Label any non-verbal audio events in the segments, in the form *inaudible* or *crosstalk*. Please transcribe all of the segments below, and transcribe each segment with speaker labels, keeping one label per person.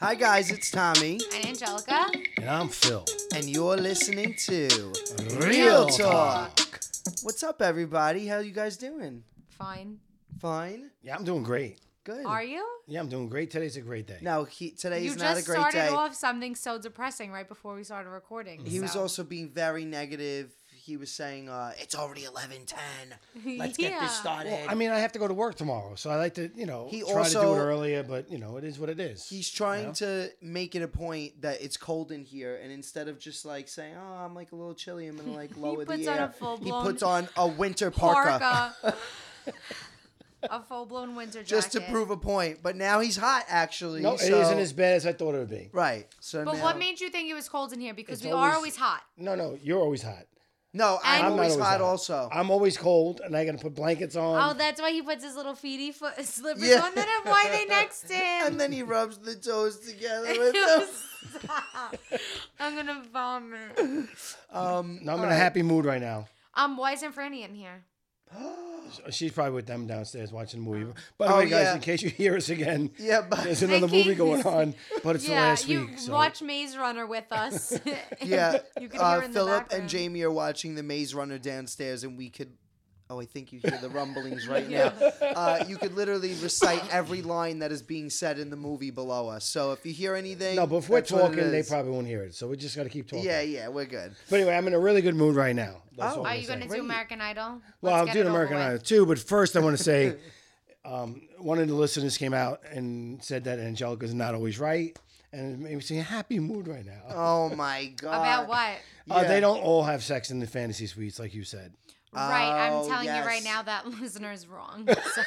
Speaker 1: Hi, guys, it's Tommy,
Speaker 2: I'm Angelica.
Speaker 3: And I'm Phil.
Speaker 1: and you're listening to
Speaker 3: Real
Speaker 1: What's up, everybody? How you guys doing?
Speaker 2: Fine.
Speaker 1: Fine?
Speaker 3: Yeah, I'm doing great.
Speaker 1: Good.
Speaker 2: Are you?
Speaker 3: Yeah, I'm doing great. Today's a great day.
Speaker 1: No, he, today
Speaker 2: you
Speaker 1: is
Speaker 2: just
Speaker 1: not a great
Speaker 2: started
Speaker 1: day.
Speaker 2: off something so depressing right before we started recording.
Speaker 1: he was
Speaker 2: *laughs* so-
Speaker 1: also being very negative. He was saying, uh, it's already 1110. Let's get
Speaker 2: Yeah.
Speaker 1: this started.
Speaker 3: Well, I mean, I have to go to work tomorrow, so I like to, you know,
Speaker 1: He
Speaker 3: try to do
Speaker 1: also-
Speaker 3: it earlier, but you know, it is what it is.
Speaker 1: He's trying
Speaker 3: Yeah.
Speaker 1: to make it a point that it's cold in here, and instead of just like saying, "Oh, I'm like a little chilly," I'm gonna like
Speaker 2: *laughs*
Speaker 1: lower
Speaker 2: puts
Speaker 1: the
Speaker 2: on a
Speaker 1: air. he
Speaker 2: full-blown
Speaker 1: puts on a winter parka,
Speaker 2: Parka. *laughs* a full blown winter jacket.
Speaker 1: just to prove a point. But now he's hot, actually.
Speaker 3: no,
Speaker 1: so-
Speaker 3: it isn't as bad as I thought it would be.
Speaker 1: right. So
Speaker 2: But
Speaker 1: now,
Speaker 2: what made you think it was cold in here? Because
Speaker 3: It's
Speaker 2: we are
Speaker 3: always-
Speaker 2: always hot.
Speaker 3: No, no, you're always hot.
Speaker 1: no, I'm,
Speaker 2: I'm not
Speaker 1: always,
Speaker 3: always
Speaker 1: hot,
Speaker 3: hot.
Speaker 1: also.
Speaker 3: I'm always cold, and I gotta put blankets
Speaker 2: Oh,
Speaker 3: on.
Speaker 2: that's why he puts his little feety foot slippers
Speaker 1: Yeah.
Speaker 2: on. Then why they next to
Speaker 1: *laughs*
Speaker 2: him?
Speaker 1: and then he rubs the toes together.
Speaker 3: *laughs*
Speaker 1: With them.
Speaker 2: Stop. I'm gonna vomit.
Speaker 1: *laughs* Um,
Speaker 3: no, I'm in
Speaker 1: all
Speaker 3: a
Speaker 1: right.
Speaker 3: happy mood right now.
Speaker 2: Um, why isn't Franny in here?
Speaker 3: She's probably with them downstairs watching the movie. By the
Speaker 1: Oh,
Speaker 3: way, guys,
Speaker 1: yeah.
Speaker 3: in case you hear us again,
Speaker 1: *laughs* Yeah, but
Speaker 3: there's another
Speaker 2: Mickey.
Speaker 3: movie going on,
Speaker 1: *laughs*
Speaker 3: but it's the
Speaker 2: yeah,
Speaker 3: last
Speaker 2: you
Speaker 3: week. So.
Speaker 2: watch Maze Runner with us.
Speaker 1: yeah,
Speaker 3: *laughs*
Speaker 2: *laughs* you can
Speaker 1: uh,
Speaker 2: hear in the
Speaker 1: Philip and
Speaker 2: background.
Speaker 1: Jamie are watching The Maze Runner downstairs, and we could. Oh, I think you hear the
Speaker 3: *laughs*
Speaker 1: rumblings right
Speaker 2: Yeah.
Speaker 1: now. Uh, you could literally recite every line that is being said in the movie below us. So if you hear anything,
Speaker 3: no, but if we're
Speaker 1: that's what it
Speaker 3: talking, they
Speaker 1: is.
Speaker 3: probably won't hear it. So we just gotta keep talking.
Speaker 1: Yeah, yeah, we're good.
Speaker 3: But anyway, I'm in a really good mood right now. That's
Speaker 1: Oh.
Speaker 3: all
Speaker 1: Are
Speaker 3: I'm
Speaker 2: Are you
Speaker 3: gonna
Speaker 2: going to
Speaker 3: say.
Speaker 2: do American Idol?
Speaker 3: Well,
Speaker 2: Let's
Speaker 3: I'll
Speaker 2: get
Speaker 3: do
Speaker 2: it
Speaker 3: an
Speaker 2: over
Speaker 3: American
Speaker 2: with.
Speaker 3: Idol too, but first
Speaker 2: *laughs*
Speaker 3: I want to say, um, one of the listeners came out and said that Angelica's not always right, and it made me see a happy mood right now. *laughs*
Speaker 1: Oh my god.
Speaker 2: About what?
Speaker 3: Uh,
Speaker 1: yeah.
Speaker 3: they don't all have sex in the fantasy suites, like you said.
Speaker 2: right.
Speaker 1: Oh,
Speaker 2: I'm telling you right
Speaker 1: yes.
Speaker 2: now that *laughs* listener is
Speaker 3: *laughs*
Speaker 2: wrong. So.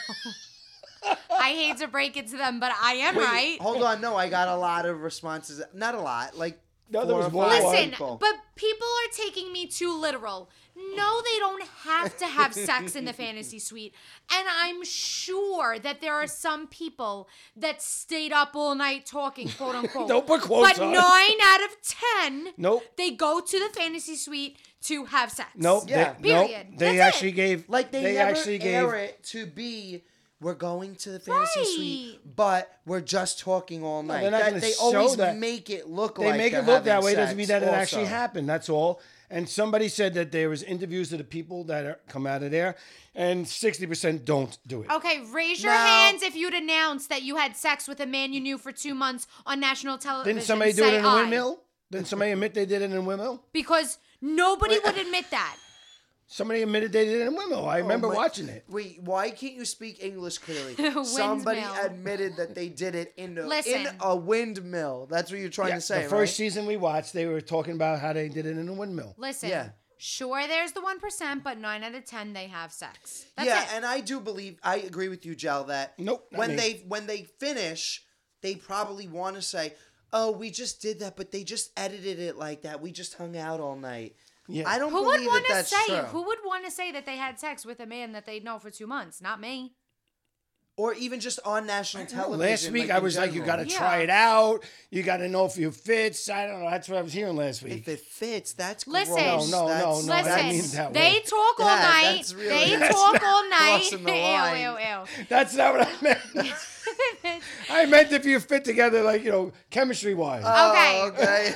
Speaker 2: I hate to break it to them, but I am right.
Speaker 1: Hold on, no, I got a lot of responses. Not a lot, like
Speaker 3: No, there
Speaker 1: four
Speaker 3: was
Speaker 1: or
Speaker 3: one-
Speaker 1: five
Speaker 2: Listen,
Speaker 1: people.
Speaker 2: but people are taking me too literal. No, they don't have to have sex in the
Speaker 3: *laughs*
Speaker 2: fantasy suite. And I'm sure that there are some people that stayed up all night talking,
Speaker 3: *laughs*
Speaker 2: quote unquote.
Speaker 3: Don't put quotes
Speaker 2: But
Speaker 3: on it.
Speaker 2: nine out of ten,
Speaker 3: Nope.
Speaker 2: they go to the fantasy suite to have sex.
Speaker 3: Nope.
Speaker 1: Yeah.
Speaker 3: They, nope.
Speaker 2: Period.
Speaker 3: They
Speaker 2: That's
Speaker 3: actually
Speaker 2: it.
Speaker 3: gave.
Speaker 1: Like they, never
Speaker 3: actually
Speaker 1: air
Speaker 3: gave.
Speaker 1: it to be. We're going to the fantasy suite,
Speaker 2: Right.
Speaker 1: but we're just talking all night.
Speaker 3: they're not
Speaker 1: That-
Speaker 3: gonna
Speaker 1: they
Speaker 3: show
Speaker 1: always
Speaker 3: that.
Speaker 1: make it look
Speaker 3: They
Speaker 1: like
Speaker 3: make
Speaker 1: they're
Speaker 3: it look that
Speaker 1: having
Speaker 3: way. It
Speaker 1: sex
Speaker 3: doesn't mean that it actually
Speaker 1: also.
Speaker 3: happened. That's all. And somebody said that there was interviews of the people that are, come out of there, and sixty percent don't do it.
Speaker 2: Okay, raise your
Speaker 1: No.
Speaker 2: hands if you'd announced that you had sex with a man you knew for two months on national television.
Speaker 3: Didn't somebody do it
Speaker 2: Say
Speaker 3: in a
Speaker 2: aye.
Speaker 3: windmill? Didn't somebody admit they did it in a windmill?
Speaker 2: Because nobody
Speaker 1: uh,
Speaker 2: would admit that.
Speaker 3: Somebody admitted they did it in a windmill.
Speaker 1: Oh,
Speaker 3: I remember
Speaker 1: my-
Speaker 3: watching it.
Speaker 1: Wait, why can't you speak English *laughs* clearly? Somebody
Speaker 2: Windmill.
Speaker 1: admitted that they did it in a, in
Speaker 2: Listen.
Speaker 1: a windmill. That's what you're trying to say,
Speaker 3: the first
Speaker 1: right?
Speaker 3: season we watched, they were talking about how they did it in a windmill.
Speaker 2: Listen,
Speaker 1: Yeah.
Speaker 2: sure, there's the 1%, but 9 out of 10, they have sex. That's
Speaker 1: yeah,
Speaker 2: it.
Speaker 1: and I do believe I agree with you, Jel, that
Speaker 3: Nope, not
Speaker 1: when
Speaker 3: me.
Speaker 1: they when they finish, they probably want to say, "Oh, we just did that, but they just edited it like that. We just hung out all night."
Speaker 3: Yeah.
Speaker 1: I don't
Speaker 2: who would
Speaker 1: believe
Speaker 2: want
Speaker 1: that
Speaker 2: to
Speaker 1: that's
Speaker 2: say
Speaker 1: true.
Speaker 2: who would want to say that they had sex with a man that they know for two months? Not me.
Speaker 1: or even just on national television.
Speaker 3: Last week I
Speaker 1: in
Speaker 3: was like, you got
Speaker 1: general.
Speaker 3: to
Speaker 2: Yeah.
Speaker 3: try it out. You got to know if you fits. I don't know. That's what I was hearing last week.
Speaker 1: If it fits, that's
Speaker 2: Listen.
Speaker 1: gross.
Speaker 3: No, no,
Speaker 1: that's,
Speaker 3: no, no,
Speaker 2: Listen,
Speaker 3: that means that
Speaker 2: they
Speaker 3: way.
Speaker 2: talk all
Speaker 1: Yeah,
Speaker 2: night.
Speaker 1: that's really-
Speaker 2: they
Speaker 1: that's
Speaker 2: talk all night.
Speaker 1: crossing the line.
Speaker 2: *laughs* Ew, ew, ew.
Speaker 3: *laughs* That's not what I
Speaker 1: *laughs*
Speaker 3: meant. *laughs* I meant if you fit together, like you know, chemistry wise.
Speaker 2: Okay.
Speaker 1: Oh,
Speaker 2: *laughs*
Speaker 1: okay.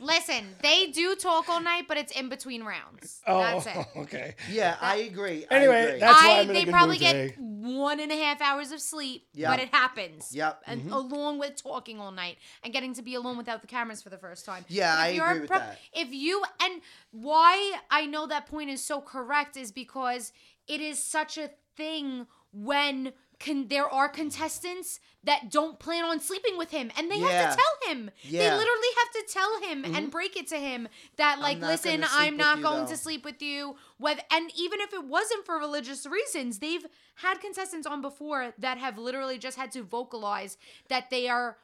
Speaker 2: Listen, they do talk all night, but it's in between rounds.
Speaker 1: Oh.
Speaker 2: That's it.
Speaker 3: Oh, *laughs* okay.
Speaker 1: yeah, I agree. I
Speaker 3: Anyway,
Speaker 1: agree.
Speaker 3: that- That's why
Speaker 2: I,
Speaker 3: I'm in a
Speaker 2: they
Speaker 3: good
Speaker 2: probably
Speaker 3: mood today.
Speaker 2: get one and a half hours of sleep,
Speaker 1: Yep.
Speaker 2: but it happens.
Speaker 1: Yep. Mm-hmm.
Speaker 2: And along with talking all night and getting to be alone without the cameras for the first time.
Speaker 1: Yeah,
Speaker 2: But
Speaker 1: I
Speaker 2: if you're
Speaker 1: agree
Speaker 2: a
Speaker 1: with
Speaker 2: pro-
Speaker 1: that.
Speaker 2: If you and why I know that point is so correct is because it is such a thing when can there are contestants that don't plan on sleeping with him and they
Speaker 1: Yeah.
Speaker 2: have to tell him. They
Speaker 1: Yeah. Mm-hmm.
Speaker 2: literally have to tell him and break it to him that like
Speaker 1: not
Speaker 2: listen,
Speaker 1: gonna sleep
Speaker 2: I'm
Speaker 1: with
Speaker 2: not
Speaker 1: you,
Speaker 2: going
Speaker 1: though."
Speaker 2: to sleep with you whether and even if it wasn't for religious reasons they've had contestants on before that have literally just had to vocalize that they are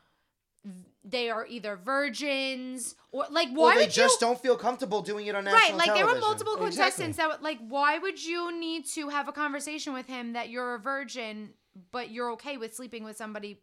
Speaker 2: they are either virgins or like why
Speaker 1: Or they
Speaker 2: would
Speaker 1: just
Speaker 2: you
Speaker 1: don't feel comfortable doing it on national
Speaker 2: right like
Speaker 1: television.
Speaker 2: there were multiple
Speaker 3: Exactly.
Speaker 2: contestants that that like why would you need to have a conversation with him that you're a virgin but you're okay with sleeping with somebody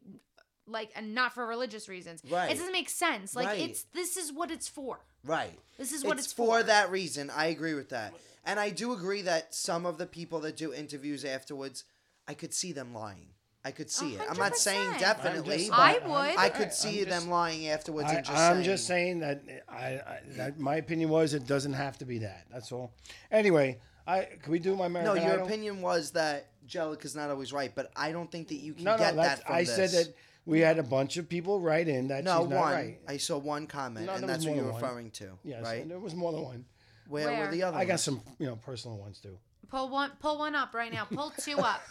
Speaker 2: like and not for religious reasons.
Speaker 1: Right.
Speaker 2: It doesn't make sense. Like
Speaker 1: Right.
Speaker 2: it's this is what it's for.
Speaker 1: Right.
Speaker 2: This is what it's,
Speaker 1: for, that reason. I agree with that. And I do agree that some of the people that do interviews afterwards, I could see them lying. I could see it. I'm not saying
Speaker 2: 100%.
Speaker 1: definitely,
Speaker 3: just-
Speaker 1: but
Speaker 2: I
Speaker 1: I,
Speaker 2: would. I
Speaker 1: could see
Speaker 3: I'm
Speaker 1: them
Speaker 3: just-
Speaker 1: lying afterwards.
Speaker 3: I,
Speaker 1: and just
Speaker 3: I'm
Speaker 1: saying,
Speaker 3: just saying that I, I that my opinion was it doesn't have to be that. That's all. Anyway, I can we do my
Speaker 1: No,
Speaker 3: American
Speaker 1: your
Speaker 3: Idol?
Speaker 1: opinion was that Jellica's not always right, but I don't think that you can
Speaker 3: No, no,
Speaker 1: get
Speaker 3: that's,
Speaker 1: that from
Speaker 3: I
Speaker 1: this.
Speaker 3: said that we had a bunch of people write in that
Speaker 1: No,
Speaker 3: she's not
Speaker 1: one.
Speaker 3: right.
Speaker 1: I saw one comment,
Speaker 3: No,
Speaker 1: and
Speaker 3: there
Speaker 1: that's
Speaker 3: was
Speaker 1: what
Speaker 3: more
Speaker 1: you're
Speaker 3: than one.
Speaker 1: referring to,
Speaker 3: Yes,
Speaker 1: right?
Speaker 3: there was more than one.
Speaker 1: Where,
Speaker 2: Where?
Speaker 1: were the other?
Speaker 3: I got
Speaker 1: ones?
Speaker 3: some, you know, personal ones too.
Speaker 2: Pull one pull one up right now. Pull two up.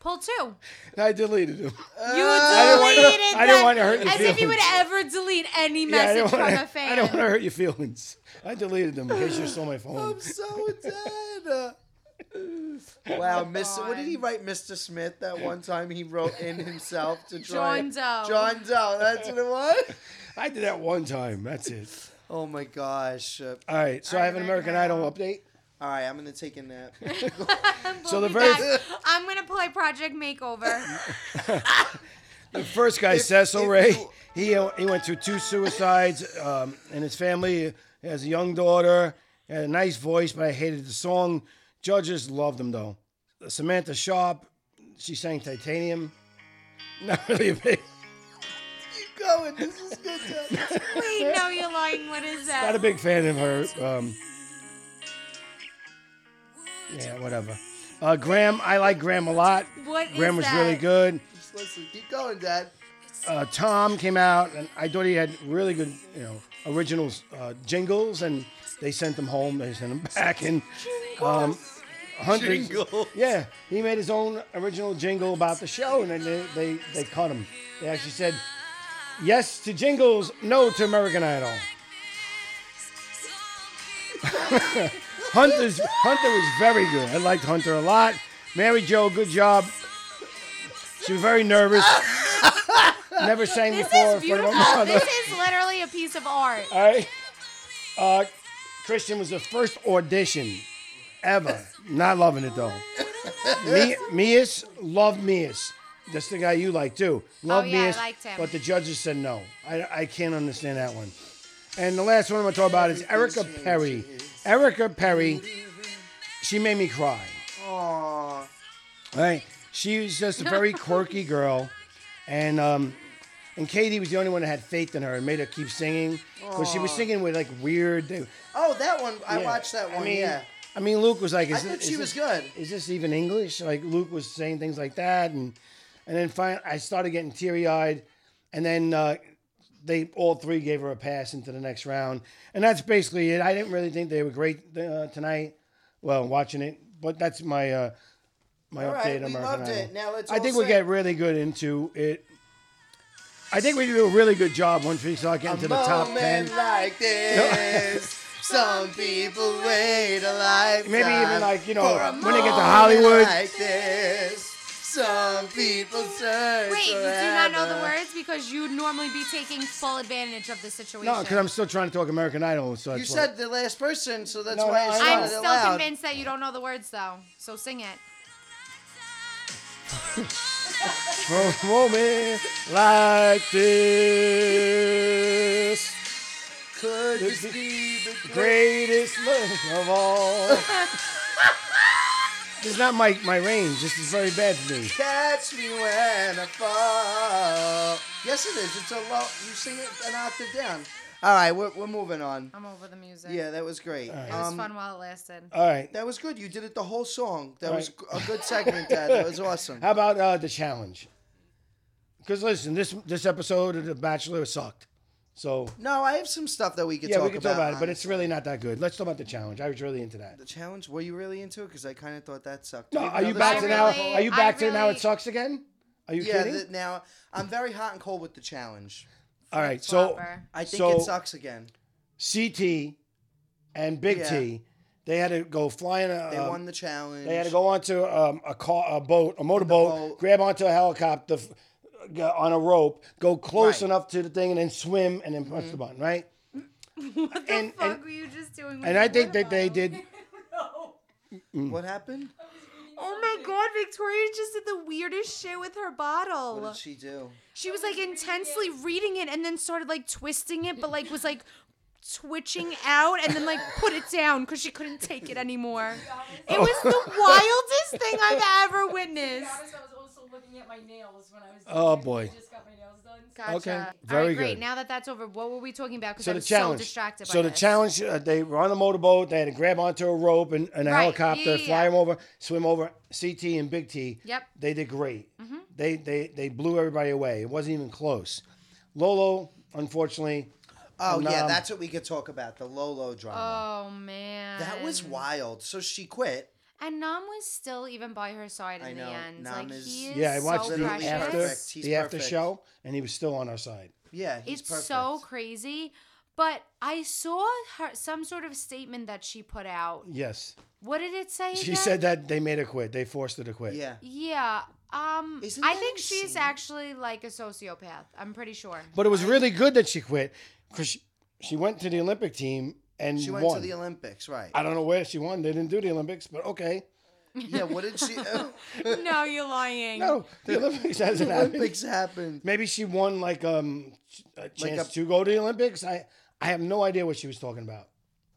Speaker 2: pull two.
Speaker 3: And I deleted them. *laughs*
Speaker 2: You
Speaker 3: didn't want-
Speaker 2: deleted
Speaker 3: Uh, I didn't
Speaker 2: that-
Speaker 3: want to hurt your
Speaker 2: as if you would
Speaker 3: feelings.
Speaker 2: ever delete any
Speaker 3: I
Speaker 2: message
Speaker 3: don't
Speaker 2: from
Speaker 3: wanna-
Speaker 2: a fan.
Speaker 3: I don't want to hurt your feelings. I deleted them in case you stole my phone.
Speaker 1: I'm so
Speaker 2: *laughs*
Speaker 1: dead. wow, Mister. What did he write, Mister Smith? That one time he wrote in himself to try
Speaker 2: John Doe.
Speaker 1: John Doe. That's what it was.
Speaker 2: *laughs*
Speaker 3: I did that one time. That's it.
Speaker 1: Oh my gosh! Uh,
Speaker 3: All right. So I have an
Speaker 2: American
Speaker 3: American Idol update.
Speaker 1: all right, I'm gonna take a nap.
Speaker 3: So the
Speaker 2: We'll be
Speaker 3: very
Speaker 2: back. I'm gonna play Project Makeover.
Speaker 3: *laughs* The first guy, Cecil
Speaker 1: if
Speaker 3: Ray,
Speaker 1: you-
Speaker 3: he uh, he went through two suicides, um, and his family he has a young daughter. He had a nice voice, but I hated the song. Judges loved him though. Samantha Sharp, she sang Titanium. *laughs* Not really a big,
Speaker 1: Keep going. This is good.
Speaker 2: *laughs*
Speaker 1: Doe.
Speaker 2: Wait, no, you're lying. What is that?
Speaker 3: not a big fan of her. Um, yeah, whatever. Uh, Graham, I like Graham a lot.
Speaker 2: What is
Speaker 3: Graham was really
Speaker 2: that?
Speaker 3: good.
Speaker 1: Just listen. Keep going, Dad.
Speaker 3: uh, Tom came out, and I thought he had really good, you know, original uh, jingles, and they sent them home. They sent them *laughs* back, and um, Hunter,
Speaker 1: Jingles.
Speaker 3: yeah, he made his own original jingle about the show, and then they they, they cut him. They actually said, "Yes to jingles, no to American Idol." Hunter's Hunter was very good. I liked Hunter a lot. Mary Jo, good job. She was very nervous.
Speaker 2: *laughs*
Speaker 3: Never sang
Speaker 2: This
Speaker 3: before
Speaker 2: is
Speaker 3: in front
Speaker 2: beautiful.
Speaker 3: of her mother.
Speaker 2: This is literally a piece of art.
Speaker 3: *laughs* All right. Uh, Christian was the first audition ever. Not loving it though. Me, Mias loved Mias. That's the guy you like too. Love
Speaker 2: Oh, yeah, I
Speaker 3: Mias,
Speaker 2: liked him.
Speaker 3: but the judges said no. I, I can't understand that one. And the last one I'm gonna talk about is Erica Perry. Erica Perry, she made me cry.
Speaker 1: Aw.
Speaker 3: All right, she was just a very quirky girl, and um, and Katie was the only one that had faith in her and made her keep singing because she was singing with like weird. They,
Speaker 1: Oh, that one. I
Speaker 3: yeah.
Speaker 1: watched that one.
Speaker 3: I mean,
Speaker 1: yeah.
Speaker 3: I mean, Luke was like, is
Speaker 1: I
Speaker 3: thi-
Speaker 1: thought
Speaker 3: is
Speaker 1: she was
Speaker 3: this,
Speaker 1: good.
Speaker 3: Is this even English? Like Luke was saying things like that, and and then finally I started getting teary eyed, and then uh, they all three gave her a pass into the next round, and that's basically it. I didn't really think they were great uh, tonight. Well, watching it, but that's my uh, my
Speaker 1: All
Speaker 3: update.
Speaker 1: right,
Speaker 3: on
Speaker 1: we
Speaker 3: American
Speaker 1: loved
Speaker 3: Idol.
Speaker 1: it. Now let's.
Speaker 3: I
Speaker 1: all
Speaker 3: think we
Speaker 1: sing.
Speaker 3: get really good into it. I think we do a really good job once we start getting to the top ten.
Speaker 1: moment like this. Some people wait a lifetime.
Speaker 3: Maybe even like you know
Speaker 1: for a
Speaker 3: when they get to
Speaker 1: moment
Speaker 3: Hollywood.
Speaker 1: Like this. Some people search.
Speaker 2: Wait, you do not know the
Speaker 1: forever.
Speaker 2: words because you'd normally be taking full advantage of the situation.
Speaker 3: No, because I'm still trying to talk American Idol. So
Speaker 1: You
Speaker 3: that's why-
Speaker 1: said the last person, so that's
Speaker 3: No,
Speaker 1: why
Speaker 3: no,
Speaker 1: I
Speaker 3: I
Speaker 1: started
Speaker 3: know.
Speaker 2: I'm
Speaker 1: it
Speaker 2: still
Speaker 1: loud.
Speaker 2: convinced that you don't know the words though. So sing it.
Speaker 3: for a moment like this,
Speaker 1: Could
Speaker 3: *laughs*
Speaker 1: this be the great?
Speaker 3: greatest love of
Speaker 1: *laughs*
Speaker 3: all. this is not my my range. This is very bad for me.
Speaker 1: Catch me when I fall. Yes, it is. It's a low. You sing it an octave down. All right, we're, we're moving on.
Speaker 2: I'm over the music.
Speaker 1: Yeah, that was great.
Speaker 2: It was
Speaker 1: Um,
Speaker 2: fun while it lasted.
Speaker 3: All right.
Speaker 1: That was good. You did it the whole song. That
Speaker 3: All
Speaker 1: was g- a good segment, Dad. That
Speaker 3: *laughs*
Speaker 1: was awesome.
Speaker 3: How about uh, the challenge? Because listen, this this episode of The Bachelor sucked. So
Speaker 1: No, I have some stuff that we could
Speaker 3: yeah,
Speaker 1: talk
Speaker 3: we can
Speaker 1: about.
Speaker 3: talk about it, but
Speaker 1: on
Speaker 3: it's really not that good. Let's talk about the challenge. I was really into that.
Speaker 1: the challenge. Were you really into it? Because I kind of thought that sucked.
Speaker 3: No,
Speaker 1: Even
Speaker 3: are
Speaker 1: though
Speaker 3: you
Speaker 1: this
Speaker 3: back
Speaker 1: is
Speaker 3: to
Speaker 2: I
Speaker 3: now?
Speaker 2: really-
Speaker 3: Are you
Speaker 2: I
Speaker 3: back to now?
Speaker 2: really-
Speaker 3: It sucks again. Are you
Speaker 1: Yeah.
Speaker 3: kidding?
Speaker 1: th- now I'm very hot and cold with the challenge.
Speaker 3: All right, so
Speaker 2: Flopper.
Speaker 1: I think
Speaker 3: So-
Speaker 1: it sucks again.
Speaker 3: CT and Big
Speaker 1: Yeah.
Speaker 3: T, they had to go flying. A,
Speaker 1: They
Speaker 3: um,
Speaker 1: won the challenge.
Speaker 3: They had to go onto um, a car, a boat, a motorboat,
Speaker 1: boat.
Speaker 3: grab onto a helicopter f- g- on a rope, go close
Speaker 1: Right. Mm-hmm.
Speaker 3: enough to the thing, and then swim and then punch the button, right?
Speaker 2: What the
Speaker 3: and-
Speaker 2: fuck
Speaker 3: and-
Speaker 2: were you just doing? with
Speaker 3: And
Speaker 2: your
Speaker 3: I think
Speaker 2: water
Speaker 3: that they
Speaker 2: bottle?
Speaker 3: did.
Speaker 1: What happened?
Speaker 2: Oh my god, Victoria just did the weirdest shit with her bottle.
Speaker 1: What did she do?
Speaker 2: She was like intensely reading it and then started like twisting it, but like was *laughs* like twitching out and then like put it down because she couldn't take it anymore. It was the *laughs* wildest thing I've ever witnessed.
Speaker 4: honest, I was also looking at my nails when I was.
Speaker 3: Oh,
Speaker 4: doing it.
Speaker 3: boy.
Speaker 4: I just got my nails done. so-
Speaker 2: Gotcha.
Speaker 3: Okay,
Speaker 2: All
Speaker 3: very
Speaker 2: right, great.
Speaker 3: good.
Speaker 2: Now that that's over, what were we talking about? Because
Speaker 3: So
Speaker 2: I
Speaker 3: the
Speaker 2: was
Speaker 3: challenge.
Speaker 2: so distracted. By
Speaker 3: so the
Speaker 2: this.
Speaker 3: challenge. Uh, they were on a motorboat. They had to grab onto a rope and, and a
Speaker 2: Right,
Speaker 3: helicopter,
Speaker 2: yeah, yeah,
Speaker 3: fly
Speaker 2: yeah.
Speaker 3: them over, swim over. CT and Big T.
Speaker 2: Yep. Mm-hmm.
Speaker 3: They did great. They they they blew everybody away. It wasn't even close. Lolo, unfortunately,
Speaker 1: Oh
Speaker 3: And,
Speaker 1: yeah,
Speaker 3: um,
Speaker 1: that's what we could talk about. The Lolo drama.
Speaker 2: Oh man.
Speaker 1: that was wild. So she quit.
Speaker 2: And Nam was still even by her side in
Speaker 1: I know,
Speaker 2: the end.
Speaker 1: Nam
Speaker 2: like
Speaker 1: is-
Speaker 2: he is
Speaker 3: yeah, I watched
Speaker 2: so
Speaker 3: the
Speaker 1: precious.
Speaker 3: after
Speaker 1: Perfect. He's
Speaker 3: the after
Speaker 1: perfect.
Speaker 3: show, and he was still on our side.
Speaker 1: Yeah, he's
Speaker 2: it's
Speaker 1: perfect.
Speaker 2: so crazy. But I saw her some sort of statement that she put out.
Speaker 3: Yes,
Speaker 2: What did it say?
Speaker 3: she
Speaker 2: again?
Speaker 3: said that they made her quit. They forced her to quit.
Speaker 1: Yeah.
Speaker 2: Yeah. Um
Speaker 1: Isn't
Speaker 2: I
Speaker 1: that
Speaker 2: think she's
Speaker 1: insane?
Speaker 2: actually like a sociopath. I'm pretty sure.
Speaker 3: But it was really good that she quit because she, she went to the Olympic team and
Speaker 1: She went
Speaker 3: won.
Speaker 1: to the Olympics, right?
Speaker 3: I don't know where she won. They didn't do the Olympics, but okay.
Speaker 1: yeah. What did
Speaker 2: *laughs*
Speaker 1: she?
Speaker 2: *laughs* no, you're lying.
Speaker 3: No, the Olympics hasn't happened.
Speaker 1: Olympics happened.
Speaker 3: Maybe she won like um a chance
Speaker 1: a-
Speaker 3: to go to the Olympics. I I have no idea what she was talking about.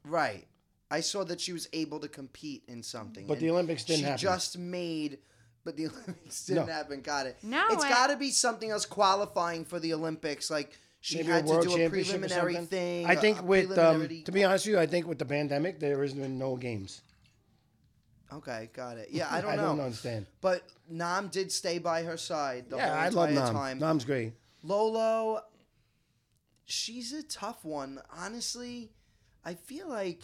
Speaker 1: Right. I saw that she was able to compete in something.
Speaker 3: But the
Speaker 1: and
Speaker 3: Olympics didn't
Speaker 1: she
Speaker 3: happen.
Speaker 1: just made, but the *laughs* Olympics didn't
Speaker 3: No.
Speaker 1: happen. Got it.
Speaker 2: No,
Speaker 1: it's
Speaker 2: I-
Speaker 1: got to be something else qualifying for the Olympics. Like she
Speaker 3: Maybe
Speaker 1: had
Speaker 3: a world
Speaker 1: to do a
Speaker 3: championship or
Speaker 1: preliminary
Speaker 3: something.
Speaker 1: thing.
Speaker 3: I
Speaker 1: a-
Speaker 3: think
Speaker 1: a
Speaker 3: with um,
Speaker 1: preliminary-
Speaker 3: to be honest with you, I think with the pandemic there has been no games.
Speaker 1: okay, got it. Yeah, I don't
Speaker 3: *laughs* I
Speaker 1: know.
Speaker 3: don't understand.
Speaker 1: But Nam did stay by her side the
Speaker 3: Yeah, I
Speaker 1: whole
Speaker 3: love
Speaker 1: entire
Speaker 3: Nam.
Speaker 1: time.
Speaker 3: Nam's great.
Speaker 1: Lolo, she's a tough one. Honestly, I feel like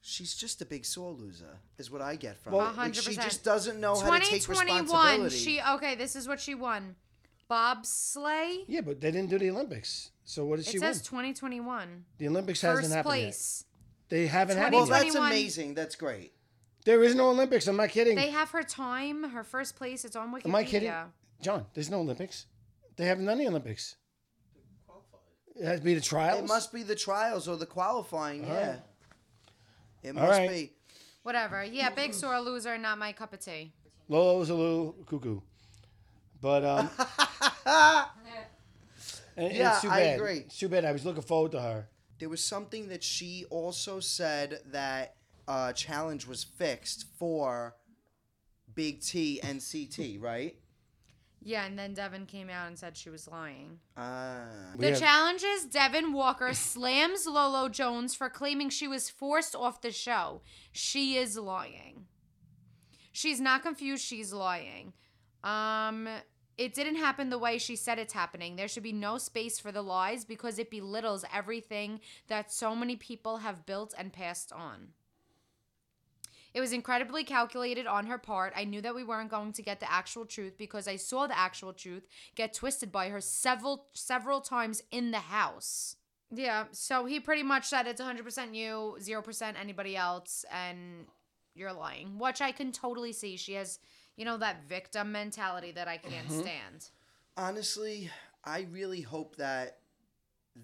Speaker 1: she's just a big sore loser, is what I get from
Speaker 3: Well-
Speaker 1: it. Like, she
Speaker 2: 100%.
Speaker 1: just doesn't know how to take
Speaker 2: 2021.
Speaker 1: responsibility.
Speaker 2: She okay, this is what she won. Bobsleigh.
Speaker 3: Yeah, but they didn't do the Olympics. So what did
Speaker 2: It
Speaker 3: she win?
Speaker 2: says 2021.
Speaker 3: The Olympics hasn't
Speaker 2: First
Speaker 3: happened
Speaker 2: place.
Speaker 3: yet. They haven't had
Speaker 1: well,
Speaker 3: it.
Speaker 2: Well,
Speaker 3: yet.
Speaker 1: that's
Speaker 2: 21.
Speaker 1: amazing. That's great.
Speaker 3: There is no Olympics. I'm not kidding.
Speaker 2: They have her time, her first place. It's on Wikipedia.
Speaker 3: Am I kidding? John, there's no Olympics. They haven't done the Olympics. It has to be the trials.
Speaker 1: It must be the trials or the qualifying. yeah.
Speaker 3: right.
Speaker 1: It
Speaker 3: All
Speaker 1: must
Speaker 3: right.
Speaker 1: be.
Speaker 2: Whatever. Yeah, big sore loser, not my cup of tea.
Speaker 3: Lolo was a little cuckoo.
Speaker 1: *laughs*
Speaker 3: But um, and- and
Speaker 1: Yeah,
Speaker 3: it's too
Speaker 1: I
Speaker 3: bad.
Speaker 1: agree.
Speaker 3: It's too bad. I was looking forward to her.
Speaker 1: There was something that she also said that uh, challenge was fixed for Big T and CT, right?
Speaker 2: Yeah, and then Devin came out and said she was lying.
Speaker 1: Uh,
Speaker 3: We
Speaker 2: The
Speaker 3: have-
Speaker 2: challenge is Devin Walker slams Lolo Jones for claiming she was forced off the show. She is lying. She's not confused, she's lying. Um it didn't happen the way she said it's happening. There should be no space for the lies because it belittles everything that so many people have built and passed on. It was incredibly calculated on her part. I knew that we weren't going to get the actual truth because I saw the actual truth get twisted by her several several times in the house. Yeah, so he pretty much said it's 100% you, 0% anybody else and you're lying, which I can totally see. She has, you know, that victim mentality that I can't
Speaker 1: Mm-hmm.
Speaker 2: stand.
Speaker 1: honestly, I really hope that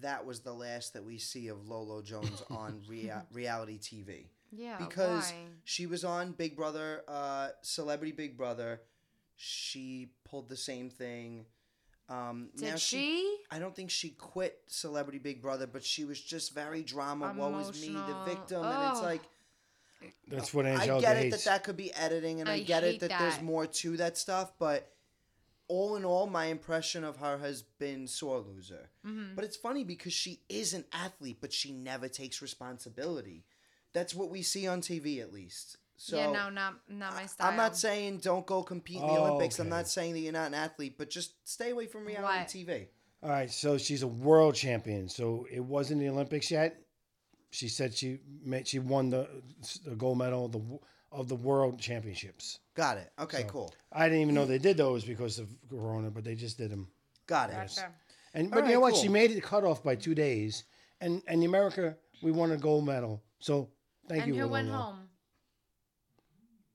Speaker 1: that was the last that we see of Lolo Jones
Speaker 2: *laughs*
Speaker 1: on rea- reality TV
Speaker 2: Yeah,
Speaker 1: because
Speaker 2: Oh, why?
Speaker 1: she was on Big Brother, uh, Celebrity Big Brother. She pulled the same thing. Um, now
Speaker 2: did she?
Speaker 1: I don't think she quit Celebrity Big Brother, but she was just very drama. Woe is me,
Speaker 2: Emotional.
Speaker 1: the victim, and it's
Speaker 2: Ugh.
Speaker 1: like
Speaker 3: That's what
Speaker 1: I
Speaker 3: Angelica
Speaker 1: get it that
Speaker 3: hates.
Speaker 1: that could be editing, and I,
Speaker 2: I
Speaker 1: get it
Speaker 2: hate
Speaker 1: that, there's
Speaker 2: that.
Speaker 1: more to that stuff, but all in all, my impression of her has been sore loser.
Speaker 2: Mm-hmm.
Speaker 1: But it's funny because she is an athlete, but she never takes responsibility. That's what we see on TV, at least. So
Speaker 2: yeah, no, not not my style.
Speaker 1: I'm not saying don't go compete in the
Speaker 3: Oh,
Speaker 1: Olympics. I'm
Speaker 3: okay.
Speaker 1: not saying that you're not an athlete, but just stay away from reality
Speaker 2: Right.
Speaker 1: TV.
Speaker 3: All right, so she's a world champion. So it wasn't the Olympics yet. She said she made, she won the, the gold medal of the w- of the world championships.
Speaker 1: Got it. Okay, cool.
Speaker 3: I didn't even know they did those because of Corona, but they just did them.
Speaker 1: Got it.
Speaker 2: Gotcha.
Speaker 3: And but
Speaker 1: right,
Speaker 3: you know what?
Speaker 1: cool.
Speaker 3: She made it cut off by two days, and and America we won a gold medal. So thank
Speaker 2: And
Speaker 3: you.
Speaker 2: who went
Speaker 3: Willow.
Speaker 2: home?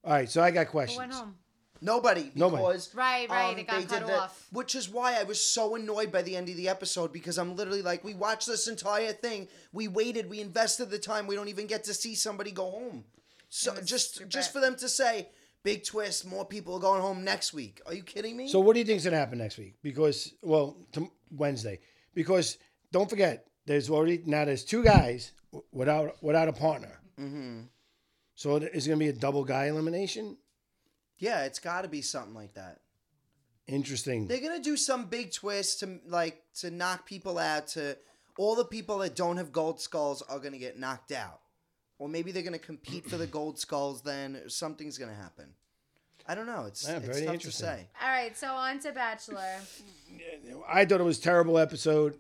Speaker 3: All right, so I got
Speaker 2: Who
Speaker 3: questions.
Speaker 2: went home?
Speaker 1: Nobody.
Speaker 3: Nobody.
Speaker 1: Because,
Speaker 2: Right, right, it got
Speaker 1: Um, they
Speaker 2: cut
Speaker 1: did the-
Speaker 2: off.
Speaker 1: Which is why I was so annoyed by the end of the episode because I'm literally like, we watched this entire thing, we waited, we invested the time, we don't even get to see somebody go home. So
Speaker 2: was
Speaker 1: just
Speaker 2: stupid.
Speaker 1: just for them to say, Big twist. More people are going home next week. Are you kidding me?
Speaker 3: So what do you think's gonna happen next week? Because well, to Wednesday. Because don't forget, there's already now there's two guys w- without without a partner. Mm-hmm. So it- it's gonna be a double guy elimination.
Speaker 1: yeah, it's got to be something like that.
Speaker 3: Interesting.
Speaker 1: They're gonna do some big twist to like to knock people out. To all the people that don't have gold skulls are gonna get knocked out, or maybe they're gonna compete
Speaker 3: *clears throat*
Speaker 1: for the gold skulls. Then or something's gonna happen. I don't know. It's
Speaker 3: Yeah,
Speaker 1: it's
Speaker 3: very
Speaker 1: tough to
Speaker 3: interesting.
Speaker 1: say.
Speaker 2: All right, so on to Bachelor.
Speaker 3: I thought it was a terrible episode.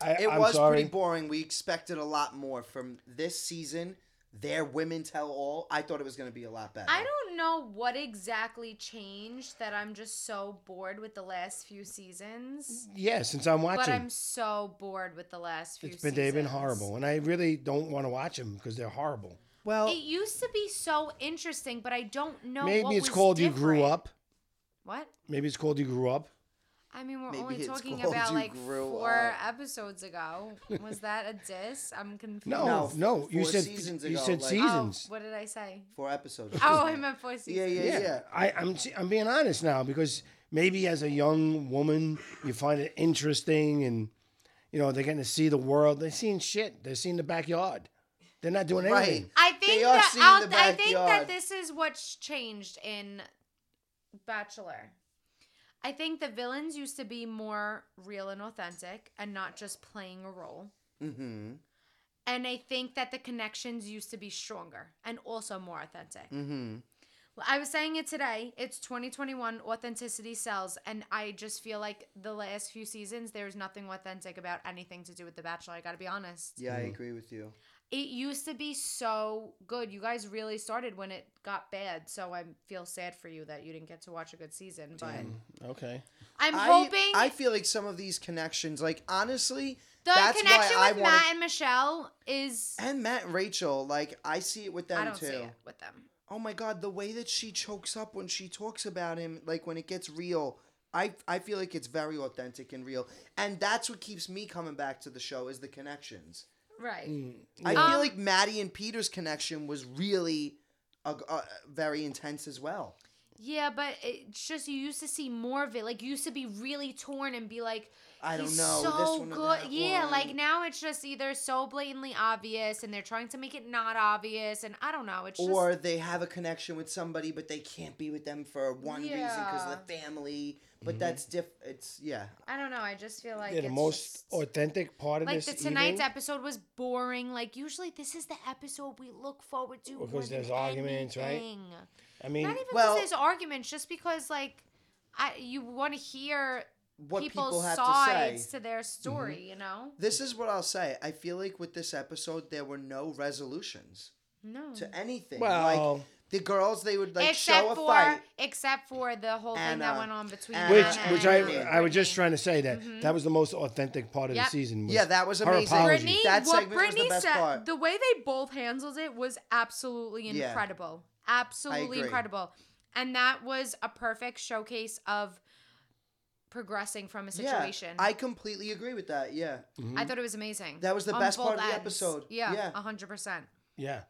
Speaker 3: I,
Speaker 1: It
Speaker 3: I'm
Speaker 1: was
Speaker 3: sorry.
Speaker 1: pretty boring. We expected a lot more from this season. Their women tell all. I thought it was gonna be a lot better.
Speaker 2: I don't know what exactly changed that I'm just so bored with the last few seasons.
Speaker 3: yeah, since I'm
Speaker 2: But
Speaker 3: watching,
Speaker 2: I'm so bored with the last few
Speaker 3: it's been
Speaker 2: seasons.
Speaker 3: they've been horrible, and I really don't want to watch them because they're horrible.
Speaker 1: Well,
Speaker 2: It used to be so interesting, but I don't know. what
Speaker 3: Maybe it's
Speaker 2: was
Speaker 3: called you grew
Speaker 2: different.
Speaker 3: up.
Speaker 2: What?
Speaker 3: Maybe it's called you grew up.
Speaker 2: I mean, we're
Speaker 1: Maybe
Speaker 2: only
Speaker 1: it's
Speaker 2: talking
Speaker 1: called
Speaker 2: about
Speaker 1: You
Speaker 2: like
Speaker 1: Grew
Speaker 2: four
Speaker 1: Up.
Speaker 2: episodes ago. Was that a diss? I'm confused.
Speaker 3: *laughs* No,
Speaker 1: No,
Speaker 3: no. you
Speaker 1: four
Speaker 3: said
Speaker 1: seasons
Speaker 3: you
Speaker 1: ago,
Speaker 3: said
Speaker 1: like-
Speaker 2: Oh,
Speaker 3: seasons.
Speaker 2: what did I say?
Speaker 1: four episodes.
Speaker 2: Oh, I meant four
Speaker 1: yeah,
Speaker 2: seasons.
Speaker 1: yeah,
Speaker 3: Yeah,
Speaker 1: yeah,
Speaker 3: I, I'm I'm being honest now because maybe as a young woman you find it interesting and you know they're getting to see the world. They're seeing shit. They're seeing the backyard. They're not doing
Speaker 1: Right.
Speaker 3: anything.
Speaker 2: I
Speaker 1: They
Speaker 2: think
Speaker 1: are
Speaker 2: that
Speaker 1: seeing
Speaker 2: I'll,
Speaker 1: the
Speaker 2: I think that
Speaker 1: backyard.
Speaker 2: this is what's changed in Bachelor. I think the villains used to be more real and authentic and not just playing a role.
Speaker 1: Mm-hmm.
Speaker 2: And I think that the connections used to be stronger and also more authentic.
Speaker 1: Mm-hmm.
Speaker 2: Well, I was saying it today. It's 2021. Authenticity sells, and I just feel like the last few seasons there's nothing authentic about anything to do with The Bachelor. I got to be honest.
Speaker 1: Yeah, I
Speaker 3: Mm-hmm.
Speaker 1: agree with you.
Speaker 2: It used to be so good. You guys really started when it got bad, so I feel sad for you that you didn't get to watch a good season. But
Speaker 3: Okay.
Speaker 2: I'm
Speaker 1: I-
Speaker 2: hoping
Speaker 1: I feel like some of these connections, like honestly,
Speaker 2: the
Speaker 1: that's
Speaker 2: connection
Speaker 1: why I
Speaker 2: with Matt
Speaker 1: wanted,
Speaker 2: and Michelle is.
Speaker 1: and Matt and Rachel, like I see it with them
Speaker 2: I don't
Speaker 1: too.
Speaker 2: see it with them.
Speaker 1: Oh my god, the way that she chokes up when she talks about him, like when it gets real, I I feel like it's very authentic and real, and that's what keeps me coming back to the show is the connections.
Speaker 2: Right.
Speaker 1: Mm. I
Speaker 2: Yeah.
Speaker 1: feel
Speaker 2: Um,
Speaker 1: like Maddie and Peter's connection was really. Uh, uh, very intense as well.
Speaker 2: Yeah, but it's just you used to see more of it. Like you used to be really torn and be like,
Speaker 1: I don't
Speaker 2: He's
Speaker 1: know.
Speaker 2: So
Speaker 1: this one or
Speaker 2: good.
Speaker 1: that
Speaker 2: yeah,
Speaker 1: one.
Speaker 2: like now it's just either so blatantly obvious and they're trying to make it not obvious and I don't know. It's just
Speaker 1: or they have a connection with somebody but they can't be with them for one reason 'cause reason because
Speaker 2: Yeah.
Speaker 1: of the family
Speaker 3: Mm-hmm.
Speaker 1: but that's diff it's yeah
Speaker 2: I don't know. I just feel like
Speaker 3: yeah, the
Speaker 2: it's
Speaker 3: most
Speaker 2: just-
Speaker 3: authentic part of
Speaker 2: like
Speaker 3: this
Speaker 2: the tonight's
Speaker 3: evening,
Speaker 2: episode was boring. Like usually this is the episode we look forward to
Speaker 3: Because
Speaker 2: more than
Speaker 3: there's arguments, right?
Speaker 2: anything.
Speaker 3: I mean,
Speaker 2: Not even
Speaker 1: Well-
Speaker 2: because there's arguments, just because like I you want to hear
Speaker 1: what people,
Speaker 2: people's
Speaker 1: have to
Speaker 2: sides
Speaker 1: say
Speaker 2: to, their
Speaker 3: Mm-hmm.
Speaker 2: story, you know?
Speaker 1: this is what i'll say i feel like with this episode there were no resolutions
Speaker 2: No.
Speaker 1: to anything
Speaker 3: Well-
Speaker 1: like the girls they would like
Speaker 2: except
Speaker 1: show a
Speaker 2: for
Speaker 1: fight uh,
Speaker 2: except for the whole thing that
Speaker 1: Anna.
Speaker 2: went on between
Speaker 1: Anna.
Speaker 3: which
Speaker 2: Anna
Speaker 3: which
Speaker 2: and
Speaker 3: I I was
Speaker 2: Brittany.
Speaker 3: just trying to say that that was the most authentic part
Speaker 2: Mm-hmm.
Speaker 3: of
Speaker 2: Yep.
Speaker 3: the season. was
Speaker 1: yeah that was
Speaker 3: her
Speaker 1: amazing
Speaker 3: apology.
Speaker 2: Brittany,
Speaker 1: that
Speaker 2: what
Speaker 1: segment
Speaker 2: Brittany
Speaker 1: was the best
Speaker 2: said,
Speaker 1: part
Speaker 2: the way they both handled it was absolutely
Speaker 1: Yeah.
Speaker 2: incredible, absolutely
Speaker 1: agree.
Speaker 2: incredible, and that was a perfect showcase of progressing from
Speaker 1: yeah
Speaker 2: a situation.
Speaker 1: i completely agree with that yeah
Speaker 2: I thought it was amazing.
Speaker 1: That was the
Speaker 2: on
Speaker 1: best part
Speaker 2: both
Speaker 1: of the
Speaker 2: ends.
Speaker 1: episode.
Speaker 2: Yeah,
Speaker 1: Yeah.
Speaker 2: a hundred percent.
Speaker 3: yeah.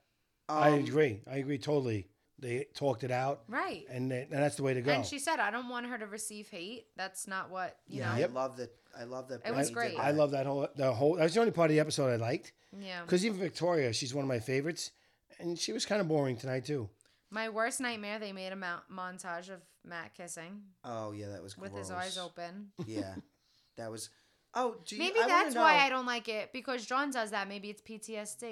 Speaker 1: um,
Speaker 3: I agree. I agree totally. They talked it out,
Speaker 2: Right.
Speaker 3: and, they, and that's the way to go.
Speaker 2: And she said, "I don't want her to receive hate. That's not what you
Speaker 1: yeah
Speaker 2: know."
Speaker 1: i love that i love that
Speaker 2: It was
Speaker 1: Brittany
Speaker 2: great.
Speaker 1: did
Speaker 3: I
Speaker 1: that.
Speaker 3: love that whole the whole. That was the only part of the episode I liked.
Speaker 2: Yeah.
Speaker 3: Because even Victoria, she's one of my favorites, and she was kind of boring tonight
Speaker 1: *laughs*
Speaker 3: too.
Speaker 2: My worst nightmare. They made a mo- montage of Matt kissing
Speaker 1: oh yeah that was
Speaker 2: with his
Speaker 1: gross.
Speaker 2: eyes open.
Speaker 1: *laughs* yeah that was oh do you,
Speaker 2: Maybe
Speaker 1: I wanna
Speaker 2: that's why
Speaker 1: know-
Speaker 2: I don't like it because John does that. Maybe it's PTSD.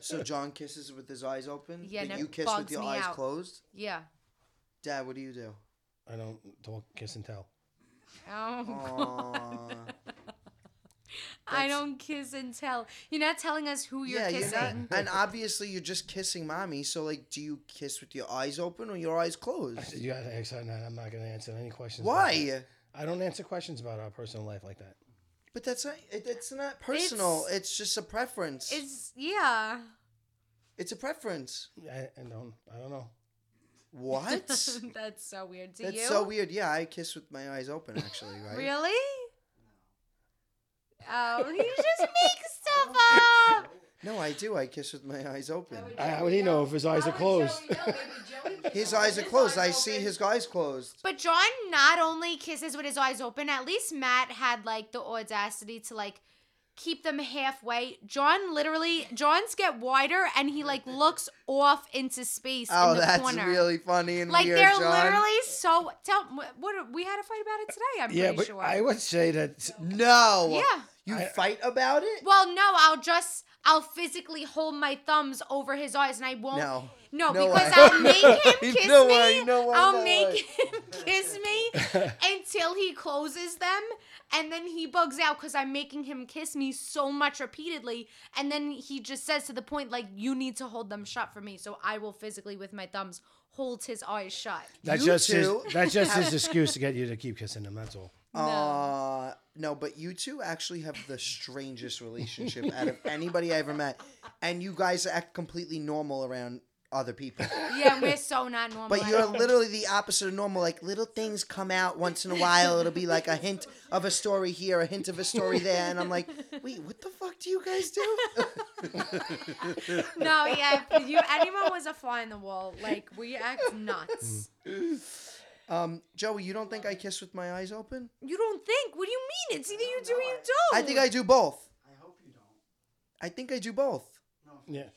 Speaker 1: So John kisses with his eyes open.
Speaker 2: Yeah,
Speaker 1: Yeah,
Speaker 2: and it
Speaker 1: you kiss
Speaker 2: bugs
Speaker 1: with your
Speaker 2: me
Speaker 1: eyes
Speaker 2: out.
Speaker 1: closed.
Speaker 2: yeah.
Speaker 1: Dad, what do you
Speaker 2: *laughs*
Speaker 1: do?
Speaker 3: I don't talk, kiss, and tell.
Speaker 2: Oh,
Speaker 1: Aw.
Speaker 2: *laughs* I don't kiss and tell. You're not telling us who you're
Speaker 1: yeah, you're
Speaker 2: kissing.
Speaker 1: not, and obviously you're just kissing mommy. So like, do you kiss with your eyes open or your eyes closed?
Speaker 3: You gotta ask that. I'm not gonna answer any questions. about that.
Speaker 1: Why?
Speaker 3: I don't answer questions about our personal life like that.
Speaker 1: But that's not. It, it's not personal. It's, just a preference. It's,
Speaker 2: It's yeah.
Speaker 1: a
Speaker 2: *laughs*
Speaker 1: preference.
Speaker 3: I, I don't. I don't know.
Speaker 1: What?
Speaker 2: *laughs* that's
Speaker 1: that's
Speaker 2: so weird to you.
Speaker 1: so weird. Yeah, I kiss with my eyes open actually. Right.
Speaker 2: Really? Oh,
Speaker 1: *laughs*
Speaker 2: you just make stuff up.
Speaker 1: No, I do. I kiss with my eyes open.
Speaker 4: would
Speaker 3: I,
Speaker 4: Joey
Speaker 3: how would he know if his eyes are
Speaker 4: would
Speaker 3: closed? *laughs*
Speaker 4: Joey know? Maybe Joey
Speaker 1: His eyes are
Speaker 4: His
Speaker 1: closed.
Speaker 4: eyes
Speaker 1: I see
Speaker 4: open.
Speaker 1: his eyes closed.
Speaker 2: But John not only kisses with his eyes open, at least Matt had like the audacity to like keep them halfway. John literally John's get wider and he like looks off into space
Speaker 1: Oh,
Speaker 2: in the
Speaker 1: that's
Speaker 2: corner.
Speaker 1: really funny and
Speaker 2: like
Speaker 1: weird,
Speaker 2: they're
Speaker 1: John.
Speaker 2: literally so tell what we had a fight about it today, I'm
Speaker 3: Yeah,
Speaker 2: pretty
Speaker 3: but
Speaker 2: sure.
Speaker 3: I would say that
Speaker 1: No.
Speaker 2: Yeah.
Speaker 1: You
Speaker 3: I-
Speaker 1: fight about it?
Speaker 2: well, no, I'll just I'll physically hold my thumbs over his eyes and I won't
Speaker 1: No.
Speaker 2: No,
Speaker 1: No
Speaker 2: because
Speaker 1: way.
Speaker 2: I'll make
Speaker 1: *laughs*
Speaker 2: him kiss
Speaker 1: No
Speaker 2: me.
Speaker 1: way, no way,
Speaker 2: I'll
Speaker 1: no
Speaker 2: make
Speaker 1: way.
Speaker 2: him *laughs* kiss
Speaker 1: *laughs*
Speaker 2: me until he closes them, and then he bugs out because I'm making him kiss me so much repeatedly, and then he just says to the point like, "You need to hold them shut for me." So I will physically, with my thumbs, hold his
Speaker 1: *laughs*
Speaker 2: eyes shut.
Speaker 3: that's
Speaker 1: You
Speaker 3: just his,
Speaker 1: two-
Speaker 3: that's just
Speaker 2: *laughs*
Speaker 3: his excuse to get you to keep kissing him. That's all.
Speaker 1: No. Uh, no, but you two actually have the strangest relationship out of anybody I ever met. And you guys act completely normal around other people.
Speaker 2: Yeah, we're so not normal.
Speaker 1: But
Speaker 2: at
Speaker 1: you're
Speaker 2: all.
Speaker 1: literally the opposite of normal. Like little things come out once in a while. It'll be like a hint of a story here, a hint of a story there, and I'm like, wait, what the fuck do you guys do? *laughs*
Speaker 2: no, yeah. If you anyone was a fly in the wall, like we act nuts.
Speaker 1: Um, Joey, you don't think I kiss with my eyes open?
Speaker 2: You don't think? What do you mean? It's either you do or you
Speaker 1: Mm.
Speaker 2: don't.
Speaker 1: I think I do both.
Speaker 5: I hope you don't.
Speaker 1: I think I do both.
Speaker 5: No offense,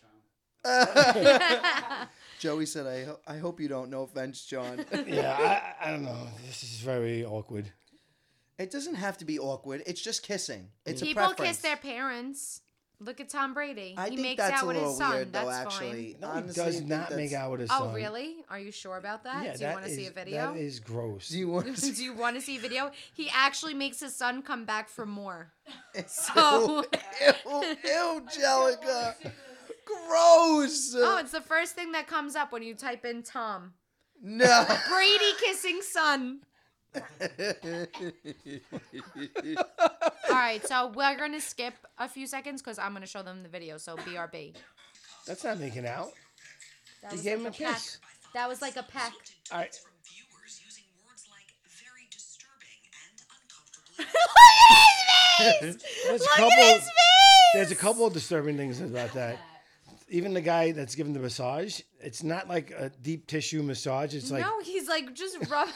Speaker 3: Yeah.
Speaker 5: John.
Speaker 2: *laughs*
Speaker 1: Joey said, I, ho- I hope you don't. No offense, John.
Speaker 3: Yeah, I, I don't know. This is very awkward.
Speaker 1: it doesn't have to be awkward. It's just kissing. It's a
Speaker 2: People
Speaker 1: preference.
Speaker 2: kiss their parents. Look at Tom Brady.
Speaker 1: I
Speaker 2: he
Speaker 1: think
Speaker 2: makes
Speaker 1: that's
Speaker 2: out
Speaker 1: a
Speaker 2: with
Speaker 1: little
Speaker 2: his son.
Speaker 1: weird,
Speaker 2: that's
Speaker 1: though,
Speaker 2: fine.
Speaker 1: actually.
Speaker 3: No, he
Speaker 1: Honestly, I
Speaker 3: does
Speaker 1: think
Speaker 3: not
Speaker 1: that's-
Speaker 3: make out with his
Speaker 2: Oh,
Speaker 3: son.
Speaker 2: really? Are you sure about that?
Speaker 3: Yeah,
Speaker 2: Do you
Speaker 3: that
Speaker 2: want to see
Speaker 3: is-
Speaker 2: a video?
Speaker 3: That is gross.
Speaker 1: Do you want
Speaker 2: *laughs*
Speaker 1: to
Speaker 2: Do
Speaker 1: see?
Speaker 2: you want to see a video? He actually makes his son come back for more. Oh. So,
Speaker 1: *laughs* Ew, ew, Jellica. Gross.
Speaker 2: *laughs* oh, it's the first thing that comes up when you type in Tom
Speaker 1: no.
Speaker 2: Brady kissing
Speaker 3: *laughs*
Speaker 2: son. All right, so we're gonna skip a few seconds because I'm gonna show them the video. So BRB.
Speaker 3: That's not making out.
Speaker 2: That
Speaker 3: He
Speaker 2: was
Speaker 3: gave
Speaker 2: like
Speaker 3: him a
Speaker 2: peck.
Speaker 3: kiss.
Speaker 2: That was like a peck.
Speaker 3: All right.
Speaker 6: from viewers using words like very disturbing and uncomfortably.
Speaker 3: There's a
Speaker 2: Look at his
Speaker 3: couple.
Speaker 2: face.
Speaker 3: There's a couple of disturbing things about that. Even the guy that's giving the massage, it's not like a deep tissue massage. It's like
Speaker 2: no, he's like just rubbing.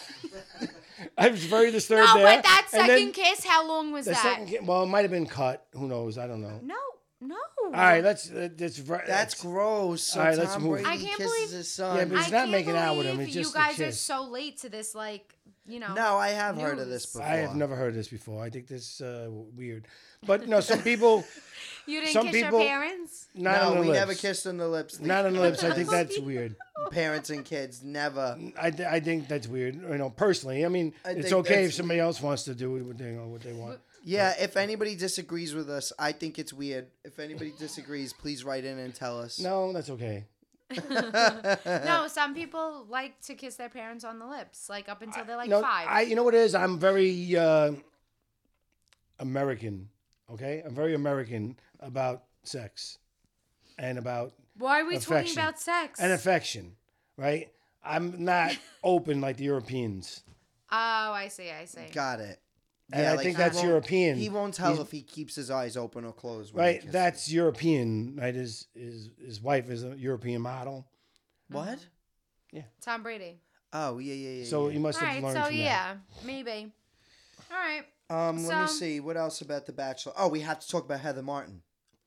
Speaker 3: *laughs* I was very disturbed
Speaker 2: no,
Speaker 3: there.
Speaker 2: but that
Speaker 3: And
Speaker 2: second
Speaker 3: then
Speaker 2: kiss, how long was
Speaker 3: the
Speaker 2: that?
Speaker 3: second ki- well, it might have been cut. Who knows? I don't know.
Speaker 2: no, no.
Speaker 3: All right, let's. Uh, that's ver-
Speaker 1: That's gross. So
Speaker 3: All right,
Speaker 1: Tom
Speaker 3: let's move.
Speaker 1: Brady
Speaker 2: I can't
Speaker 1: kisses
Speaker 2: believe-
Speaker 1: his
Speaker 3: Yeah,
Speaker 1: son.
Speaker 3: but-
Speaker 2: I
Speaker 3: he's not
Speaker 2: can't
Speaker 3: making out with him,
Speaker 2: believe
Speaker 3: it's
Speaker 2: you
Speaker 3: just the
Speaker 2: guys are
Speaker 3: kiss.
Speaker 2: so late to this, like you know.
Speaker 1: no, I have heard of this
Speaker 2: News.
Speaker 1: before.
Speaker 3: I have never heard this before. I think this uh, weird, but no, some
Speaker 1: *laughs*
Speaker 3: people
Speaker 2: you didn't
Speaker 3: some
Speaker 2: kiss
Speaker 3: people-
Speaker 2: your parents.
Speaker 3: not
Speaker 1: No,
Speaker 3: on the
Speaker 1: we
Speaker 3: lips.
Speaker 1: never kissed on the lips.
Speaker 3: Not on
Speaker 1: *laughs*
Speaker 3: the
Speaker 2: *laughs*
Speaker 3: lips. I think that's weird.
Speaker 1: parents and kids never.
Speaker 3: I, th- I think that's weird. You know, personally, I mean,
Speaker 1: I
Speaker 3: it's
Speaker 1: think
Speaker 3: okay if
Speaker 1: that's-
Speaker 3: somebody else wants to do what they, you know, what they want.
Speaker 1: Yeah, if anybody disagrees with us, I think it's weird. If anybody disagrees, please write in and tell us.
Speaker 3: No, that's okay.
Speaker 1: Uh,
Speaker 2: No, some people like to kiss their parents on the lips, like up until they're like
Speaker 3: no,
Speaker 2: five.
Speaker 3: I. You know what it is? I'm very uh, American. Okay, I'm very American about sex, and about
Speaker 2: Why are we talking
Speaker 3: Affection.
Speaker 2: about sex?
Speaker 3: and affection. Right? I'm
Speaker 2: *laughs*
Speaker 3: not open like the Europeans.
Speaker 2: oh, I see, I see.
Speaker 1: Got it.
Speaker 3: And I think
Speaker 1: he
Speaker 3: that's
Speaker 1: won't-
Speaker 3: European.
Speaker 1: He won't tell
Speaker 3: He's-
Speaker 1: if he keeps his eyes open or closed. When he
Speaker 3: Right?
Speaker 1: kisses.
Speaker 3: That's European. Right? His his his wife is a European model.
Speaker 1: what?
Speaker 2: Tom Brady.
Speaker 1: Oh yeah, yeah, yeah.
Speaker 3: So
Speaker 1: yeah.
Speaker 3: you must
Speaker 2: All
Speaker 3: have
Speaker 2: right,
Speaker 3: learned
Speaker 2: so
Speaker 3: from that.
Speaker 2: yeah, maybe. All right.
Speaker 1: um, let me
Speaker 2: so-
Speaker 1: see what else about the Bachelor. Oh, we have to talk about Heather Martin.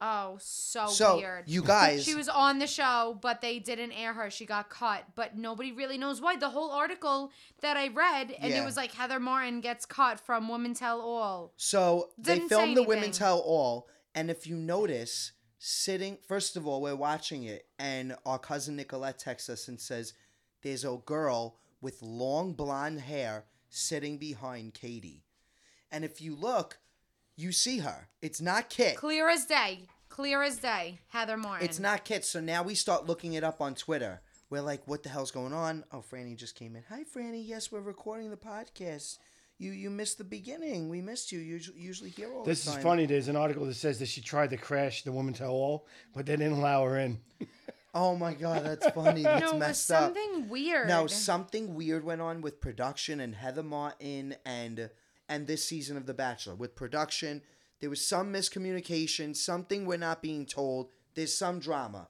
Speaker 2: Oh, so,
Speaker 1: so
Speaker 2: weird.
Speaker 1: you guys,
Speaker 2: She was on the show, but they didn't air her. She got cut, but nobody really knows why. The whole article that I read, and
Speaker 1: Yeah.
Speaker 2: it was like Heather Martin gets cut from Women Tell All.
Speaker 1: So they
Speaker 2: Didn't say
Speaker 1: filmed the Women
Speaker 2: anything.
Speaker 1: Tell All, and if you notice, sitting first of all, we're watching it, and our cousin Nicolette texts us and says, "There's a girl with long blonde hair sitting behind Katie," and if you look, you see her. It's not Kit.
Speaker 2: Clear as day, clear as day. Heather Martin.
Speaker 1: It's not Kit. So now we start looking it up on Twitter. We're like, what the hell's going on? Oh, Franny just came in. Hi, Franny. Yes, we're recording the podcast. You you missed the beginning. We missed you. You usu- usually hear all
Speaker 3: This
Speaker 1: the
Speaker 3: is
Speaker 1: time.
Speaker 3: funny. There's an article that says that she tried to crash the woman tell all, but they didn't allow her in.
Speaker 1: Oh my god, that's funny.
Speaker 2: *laughs*
Speaker 1: That's
Speaker 2: No, it was
Speaker 1: messed up.
Speaker 2: something weird.
Speaker 1: No, something weird went on with production and Heather Martin and and this season of The Bachelor. With production, there was some miscommunication, something we're not being told. There's some drama.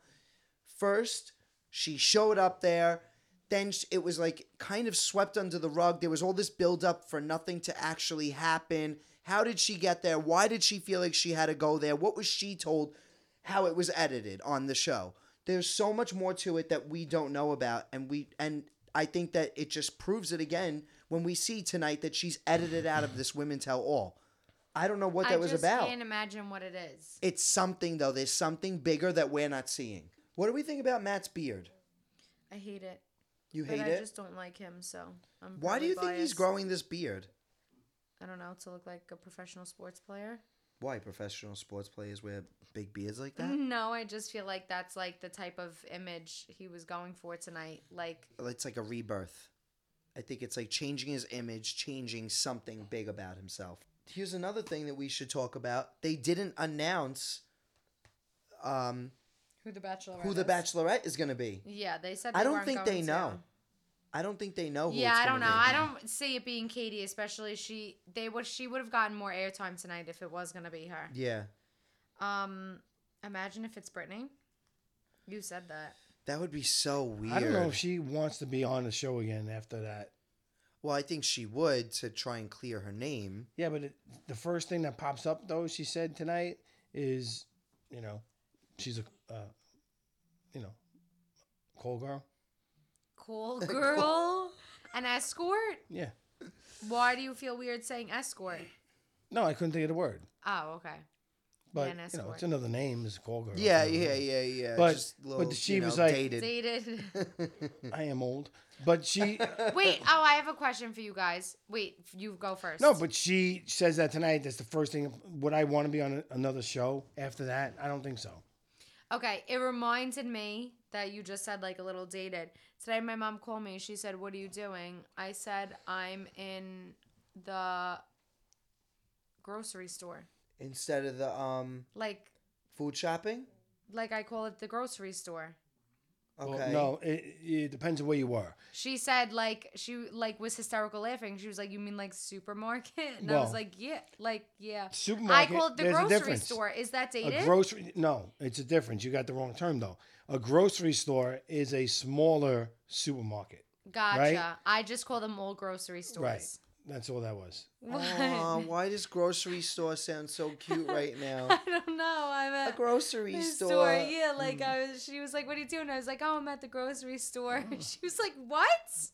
Speaker 1: First, she showed up there. then sh- it was like kind of swept under the rug. There was all this buildup for nothing to actually happen. How did she get there? Why did she feel like she had to go there? What was she told? How it was edited on the show. There's so much more to it that we don't know about, and we and I think that it just proves it again when we see tonight that she's edited out of this women tell all. I don't know what that
Speaker 2: I
Speaker 1: was
Speaker 2: just
Speaker 1: about.
Speaker 2: can't imagine what it is.
Speaker 1: It's something though. There's something bigger that we're not seeing. What do we think about Matt's beard?
Speaker 2: I hate it.
Speaker 1: You
Speaker 2: But
Speaker 1: hate
Speaker 2: I
Speaker 1: it.
Speaker 2: just don't like him, so I'm
Speaker 1: Why do
Speaker 2: probably
Speaker 1: you think he's
Speaker 2: biased.
Speaker 1: growing this beard?
Speaker 2: I don't know, to look like a professional sports player.
Speaker 1: Why professional sports players wear big beards like that?
Speaker 2: *laughs* No, I just feel like that's like the type of image he was going for tonight. Like
Speaker 1: It's like a rebirth. I think it's like changing his image, changing something big about himself. Here's another thing that we should talk about. They didn't announce um,
Speaker 2: who the bachelor?
Speaker 1: who the Bachelorette is going to be.
Speaker 2: Yeah, they said. They
Speaker 1: I don't
Speaker 2: weren't
Speaker 1: think they
Speaker 2: going to.
Speaker 1: know. I don't think they know. Who
Speaker 2: Yeah,
Speaker 1: it's
Speaker 2: I
Speaker 1: gonna
Speaker 2: don't know.
Speaker 1: be.
Speaker 2: I don't see it being Katie, especially she. They would. She would have gotten more airtime tonight if it was gonna be her.
Speaker 1: Yeah,
Speaker 2: Um, imagine if it's Brittany. You said that.
Speaker 1: that would be so weird.
Speaker 3: I don't know if she wants to be on the show again after that.
Speaker 1: Well, I think she would to try and clear her name.
Speaker 3: Yeah, but it, the first thing that pops up though she said tonight is, you know, she's a, uh, you know, cold girl.
Speaker 1: *laughs*
Speaker 2: Cool girl, an escort.
Speaker 3: Yeah.
Speaker 2: Why do you feel weird saying
Speaker 3: *clears throat*
Speaker 2: escort?
Speaker 3: No, I couldn't think of the word,
Speaker 2: Oh, okay.
Speaker 3: but
Speaker 2: an
Speaker 3: you know,
Speaker 2: escort.
Speaker 3: it's another name is cold girl.
Speaker 1: Yeah, yeah, yeah, yeah.
Speaker 3: But-
Speaker 1: Just
Speaker 3: but she was like-
Speaker 1: dated.
Speaker 2: Dated.
Speaker 3: *laughs* I am old, but she
Speaker 2: Wait. Oh, I have a question for you guys. Wait, you go first.
Speaker 3: no, but she says that tonight. That's the first thing. Would I want to be on a, another show after that? I don't think so.
Speaker 2: Okay, it reminded me that you just said like a little dated. Today my mom called me. She said, "What are you doing?" I said, "I'm in the grocery store."
Speaker 1: *laughs* Instead of the um
Speaker 2: Like
Speaker 1: food shopping.
Speaker 2: like I call it the grocery store.
Speaker 1: Okay.
Speaker 3: Well, no, it, it depends on where you were.
Speaker 2: She said like she like was hysterical laughing. She was like, "You mean like supermarket?" And I was
Speaker 3: Well-
Speaker 2: like, "Yeah, like yeah." I
Speaker 3: Supermarket.
Speaker 2: call it the
Speaker 3: there's a
Speaker 2: grocery
Speaker 3: difference.
Speaker 2: store. Is that
Speaker 3: A
Speaker 2: dated?
Speaker 3: grocery no, it's a difference. You got the wrong term though. A grocery store is a smaller supermarket.
Speaker 2: gotcha.
Speaker 3: right?
Speaker 2: I just call them old grocery stores. *laughs*
Speaker 3: That's all that was.
Speaker 2: What?
Speaker 1: Aw, why does grocery store sound so cute right now?
Speaker 2: *laughs* I don't know. I'm
Speaker 1: A
Speaker 2: at
Speaker 1: grocery
Speaker 2: the
Speaker 1: store. Hmm.
Speaker 2: store. Yeah, like I was. She was like, "What are you doing?" I was like, "Oh, I'm at the grocery store." *laughs* she was like, "What?"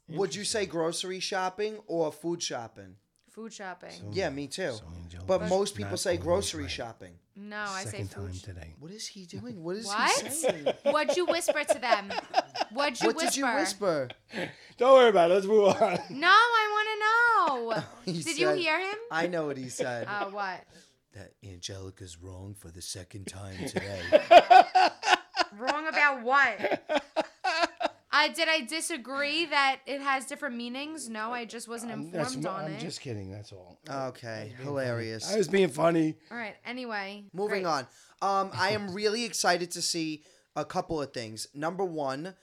Speaker 1: Would you say grocery shopping or food shopping?
Speaker 2: Food shopping.
Speaker 1: Yeah, me too.
Speaker 3: So Angel
Speaker 1: but
Speaker 3: is
Speaker 1: most people
Speaker 3: not
Speaker 1: say
Speaker 3: always
Speaker 1: grocery
Speaker 3: right.
Speaker 1: shopping.
Speaker 2: no, I say
Speaker 3: Second
Speaker 2: food.
Speaker 3: time
Speaker 2: sh-
Speaker 3: today.
Speaker 1: What is he doing? What is he
Speaker 2: What?
Speaker 1: saying?
Speaker 2: *laughs* What'd you whisper
Speaker 1: *laughs*
Speaker 2: to them? What'd you
Speaker 1: what
Speaker 2: whisper?
Speaker 1: did you whisper?
Speaker 3: Don't worry about it. Let's move on.
Speaker 2: No, I want
Speaker 1: *laughs*
Speaker 2: to know.
Speaker 1: He
Speaker 2: Did you
Speaker 1: said-
Speaker 2: hear him?
Speaker 1: I know what he said.
Speaker 2: *laughs* Uh, what?
Speaker 1: that Angelica's wrong for the second time today.
Speaker 2: Wrong about what? *laughs* I did. I disagree that it has different meanings. No, I just wasn't
Speaker 3: I'm,
Speaker 2: informed
Speaker 3: *laughs* that's-
Speaker 2: on
Speaker 3: I'm
Speaker 2: it.
Speaker 3: just kidding. That's all.
Speaker 1: *laughs* Uh, okay, hilarious.
Speaker 3: I was being funny.
Speaker 2: All right. Anyway,
Speaker 1: Moving
Speaker 2: great.
Speaker 1: on. Um, I am really excited to see a couple of things. Number one,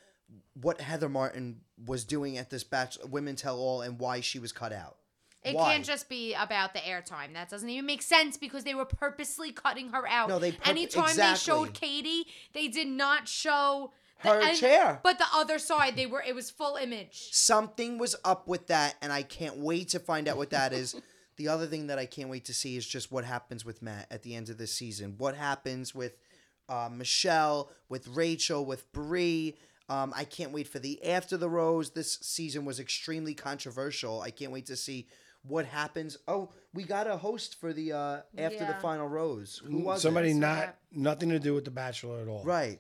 Speaker 1: what Heather Martin was doing at this batch Women Tell All and why she was cut out.
Speaker 2: It
Speaker 1: Why?
Speaker 2: can't just be about the airtime. That doesn't even make sense because they were purposely cutting her out.
Speaker 1: No, they purp-
Speaker 2: anytime they
Speaker 1: exactly.
Speaker 2: showed Katie, they did not show the
Speaker 1: Her chair.
Speaker 2: But the other side, they were it was full image.
Speaker 1: Something was up with that, and I can't wait to find out what that
Speaker 3: *laughs*
Speaker 1: is. the other thing that I can't wait to see is just what happens with Matt at the end of this season. What happens with uh, Michelle, with Rachel, with Bree. Um, I can't wait for the After the Rose. This season was extremely controversial. I can't wait to see what happens. Oh, we got a host for the uh, After the
Speaker 2: Yeah.
Speaker 1: Final Rose. Who was it?
Speaker 3: Mm, Somebody
Speaker 2: So
Speaker 3: not
Speaker 2: that-
Speaker 3: nothing to do with the Bachelor at all.
Speaker 1: Right.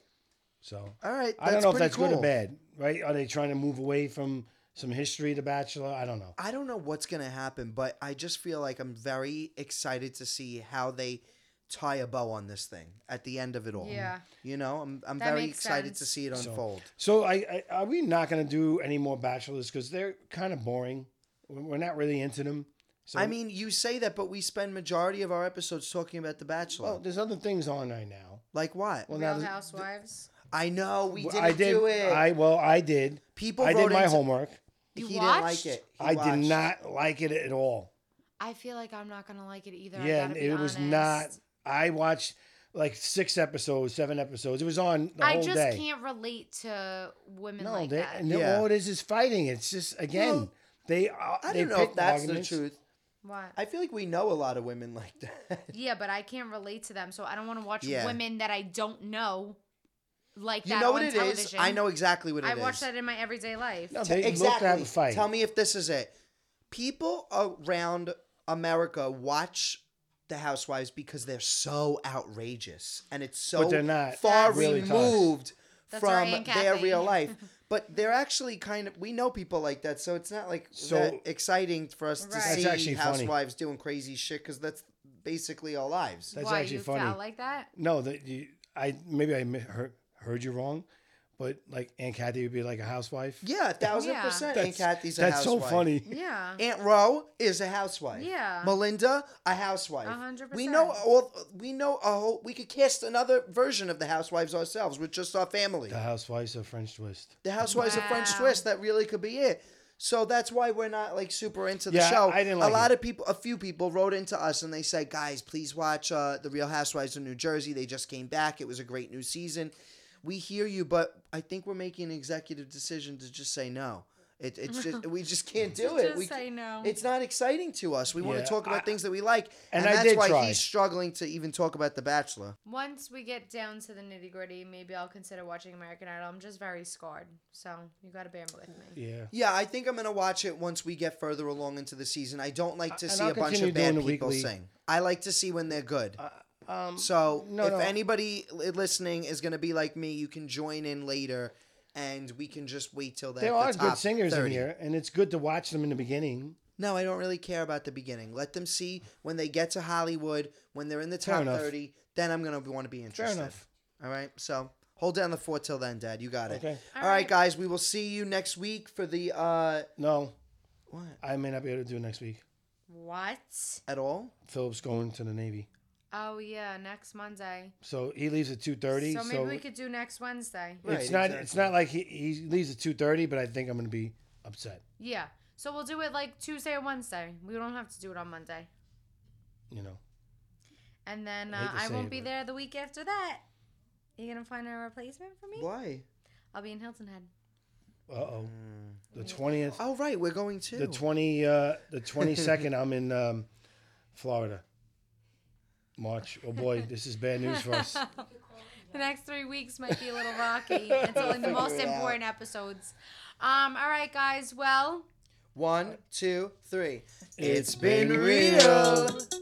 Speaker 3: So
Speaker 1: All right.
Speaker 3: I don't know if
Speaker 1: pretty
Speaker 3: that's good or
Speaker 1: cool.
Speaker 3: bad. Right? Are they trying to move away from some history of the Bachelor? I don't know.
Speaker 1: I don't know what's going to happen, but I just feel like I'm very excited to see how they tie a bow on this thing at the end of it all.
Speaker 2: Yeah.
Speaker 1: You know, I'm, I'm
Speaker 2: That
Speaker 1: very
Speaker 2: makes
Speaker 1: excited to
Speaker 2: sense.
Speaker 1: see it unfold.
Speaker 3: So I, I are we not going to do any more bachelors because they're kind of boring. We're we're not really into them. So
Speaker 1: I mean, you say that, but we spend majority of our episodes talking about The Bachelor.
Speaker 3: well, Oh, there's other things on right now.
Speaker 1: like what?
Speaker 3: Well, now
Speaker 2: Real
Speaker 3: th-
Speaker 2: Housewives.
Speaker 1: I know we
Speaker 3: well,
Speaker 1: didn't
Speaker 3: I did.
Speaker 1: do it.
Speaker 3: I well, I did.
Speaker 1: People
Speaker 3: I
Speaker 1: wrote
Speaker 3: did my
Speaker 1: into-
Speaker 3: homework.
Speaker 1: He
Speaker 2: You
Speaker 1: didn't like
Speaker 2: watched?
Speaker 1: it. He
Speaker 3: I did
Speaker 1: watched.
Speaker 3: not like it at all.
Speaker 2: I feel like I'm not gonna like it either. I
Speaker 3: yeah,
Speaker 2: gotta
Speaker 3: and
Speaker 2: be
Speaker 3: it was
Speaker 2: honest.
Speaker 3: not. I watched. like six episodes, seven episodes. It was on the
Speaker 2: I
Speaker 3: whole
Speaker 2: just
Speaker 3: day.
Speaker 2: can't relate to women
Speaker 3: no,
Speaker 2: like
Speaker 3: they,
Speaker 2: that.
Speaker 3: and then
Speaker 1: Yeah.
Speaker 3: all it is is fighting. It's just again
Speaker 1: Well,
Speaker 3: they. are
Speaker 1: I
Speaker 3: they
Speaker 1: don't know if
Speaker 3: pick
Speaker 1: that's
Speaker 3: arguments.
Speaker 1: the truth.
Speaker 2: What?
Speaker 1: I feel like we know a lot of women like that. *laughs*
Speaker 2: yeah, but I can't relate to them, so I don't want to watch
Speaker 1: Yeah.
Speaker 2: women that I don't know like
Speaker 1: you
Speaker 2: that
Speaker 1: know
Speaker 2: on
Speaker 1: what it is.
Speaker 2: television.
Speaker 1: I know exactly what it
Speaker 2: I
Speaker 1: is.
Speaker 2: watch that in my everyday life.
Speaker 3: No,
Speaker 1: T-
Speaker 3: they look to have a fight.
Speaker 1: Tell me if this is it. People around America watch the Housewives because they're so outrageous and it's so
Speaker 3: But they're not.
Speaker 1: far
Speaker 3: That's- Really tough.
Speaker 1: removed
Speaker 2: That's our
Speaker 1: from
Speaker 2: Aunt
Speaker 1: their
Speaker 2: Kathy.
Speaker 1: real
Speaker 2: *laughs*
Speaker 1: life. But they're actually kind of we know people like that, so it's not like
Speaker 3: So-
Speaker 1: that exciting for us
Speaker 2: Right. That's
Speaker 1: to see
Speaker 3: actually funny.
Speaker 1: housewives doing crazy shit because that's basically our lives.
Speaker 3: That's
Speaker 2: Why
Speaker 3: actually
Speaker 2: you
Speaker 3: funny.
Speaker 2: felt
Speaker 1: *laughs*
Speaker 2: like that?
Speaker 3: No, that you, I maybe I mi- heard, heard you wrong, but like Aunt Kathy would be like a housewife.
Speaker 1: yeah, a thousand
Speaker 2: Yeah.
Speaker 1: percent. Aunt Kathy's a
Speaker 3: that's
Speaker 1: housewife.
Speaker 3: so funny.
Speaker 2: Yeah.
Speaker 1: Aunt Ro is a housewife.
Speaker 2: Yeah.
Speaker 1: Melinda, a housewife.
Speaker 2: A hundred
Speaker 1: We
Speaker 2: percent.
Speaker 1: know all. We know a whole. We could cast another version of the housewives ourselves with just our family.
Speaker 3: The housewives of French Twist.
Speaker 1: The housewives of French
Speaker 2: Wow.
Speaker 1: Twist. That really could be it. So that's why we're not like super into the
Speaker 3: Yeah,
Speaker 1: show.
Speaker 3: I didn't
Speaker 1: a
Speaker 3: like
Speaker 1: lot
Speaker 3: it.
Speaker 1: of people, a few people, wrote into us and they said, "Guys, please watch uh, the Real Housewives of New Jersey. They just came back. It was a great new season. We hear you, but I think we're making an executive decision to just say no. It, it's just we just
Speaker 2: *laughs*
Speaker 1: can't do it.
Speaker 2: Just
Speaker 1: we,
Speaker 2: say no.
Speaker 1: it's not exciting to us. We want
Speaker 3: Yeah,
Speaker 1: to talk about
Speaker 3: I-
Speaker 1: things that we like, and,
Speaker 3: and I
Speaker 1: that's
Speaker 3: did
Speaker 1: why
Speaker 3: try.
Speaker 1: he's struggling to even talk about The Bachelor.
Speaker 2: Once we get down to the nitty gritty, maybe I'll consider watching American Idol. I'm just very scarred, so you gotta bear with me.
Speaker 3: Yeah.
Speaker 1: Yeah, I think I'm gonna watch it once we get further along into the season. I don't like to
Speaker 3: And
Speaker 1: see
Speaker 3: I'll
Speaker 1: a bunch
Speaker 3: continue
Speaker 1: of bad
Speaker 3: doing the
Speaker 1: people
Speaker 3: weekly.
Speaker 1: sing. I like to see when they're good.
Speaker 3: Um,
Speaker 1: so
Speaker 3: no,
Speaker 1: if
Speaker 3: no.
Speaker 1: anybody li- listening is gonna be like me, you can join in later, and we can just wait till that.
Speaker 3: there
Speaker 1: the
Speaker 3: are good
Speaker 1: top
Speaker 3: singers
Speaker 1: 30.
Speaker 3: in here, and it's good to watch them in the beginning.
Speaker 1: No, I don't really care about the beginning. Let them see when they get to Hollywood, when they're in the
Speaker 3: Fair
Speaker 1: top
Speaker 3: enough.
Speaker 1: thirty. Then I'm gonna want to be
Speaker 3: Fair
Speaker 1: interested.
Speaker 3: enough.
Speaker 1: All right. So hold down the fort till then, Dad. You got it.
Speaker 3: Okay.
Speaker 1: All
Speaker 2: All
Speaker 1: right.
Speaker 2: right.
Speaker 1: guys. We will see you next week for the uh
Speaker 3: No,
Speaker 1: what
Speaker 3: I may not be able to do it next week.
Speaker 2: What?
Speaker 1: at all?
Speaker 3: Philip's going to the Navy,
Speaker 2: Oh yeah, next Monday.
Speaker 3: so he leaves at two thirty.
Speaker 2: so
Speaker 3: So,
Speaker 2: maybe we could do next Wednesday.
Speaker 1: Right,
Speaker 3: it's not it's
Speaker 1: exactly.
Speaker 3: not like he, he leaves at two thirty, but I think I'm going to be upset.
Speaker 2: Yeah. So we'll do it like Tuesday or Wednesday. We don't have to do it on Monday.
Speaker 3: You know,
Speaker 2: And then
Speaker 3: I hate
Speaker 2: uh,
Speaker 3: to
Speaker 2: I
Speaker 3: say
Speaker 2: won't
Speaker 3: it,
Speaker 2: be
Speaker 3: but-
Speaker 2: there the week after that. You gonna find a replacement for me?
Speaker 1: Why?
Speaker 2: I'll be in Hilton Head.
Speaker 3: uh oh, the twentieth,
Speaker 1: Oh right, we're going to.
Speaker 3: the twenty, uh, the twenty second. I'm in um, Florida. March. Oh boy, this is bad news for
Speaker 2: *laughs*
Speaker 3: us.
Speaker 2: The next three weeks might be a little
Speaker 3: *laughs*
Speaker 2: rocky. It's only the most
Speaker 1: Figure it out.
Speaker 2: important episodes. Um. All right, guys. Well.
Speaker 1: One, two, three.
Speaker 3: It's
Speaker 1: it's been
Speaker 3: been
Speaker 1: real.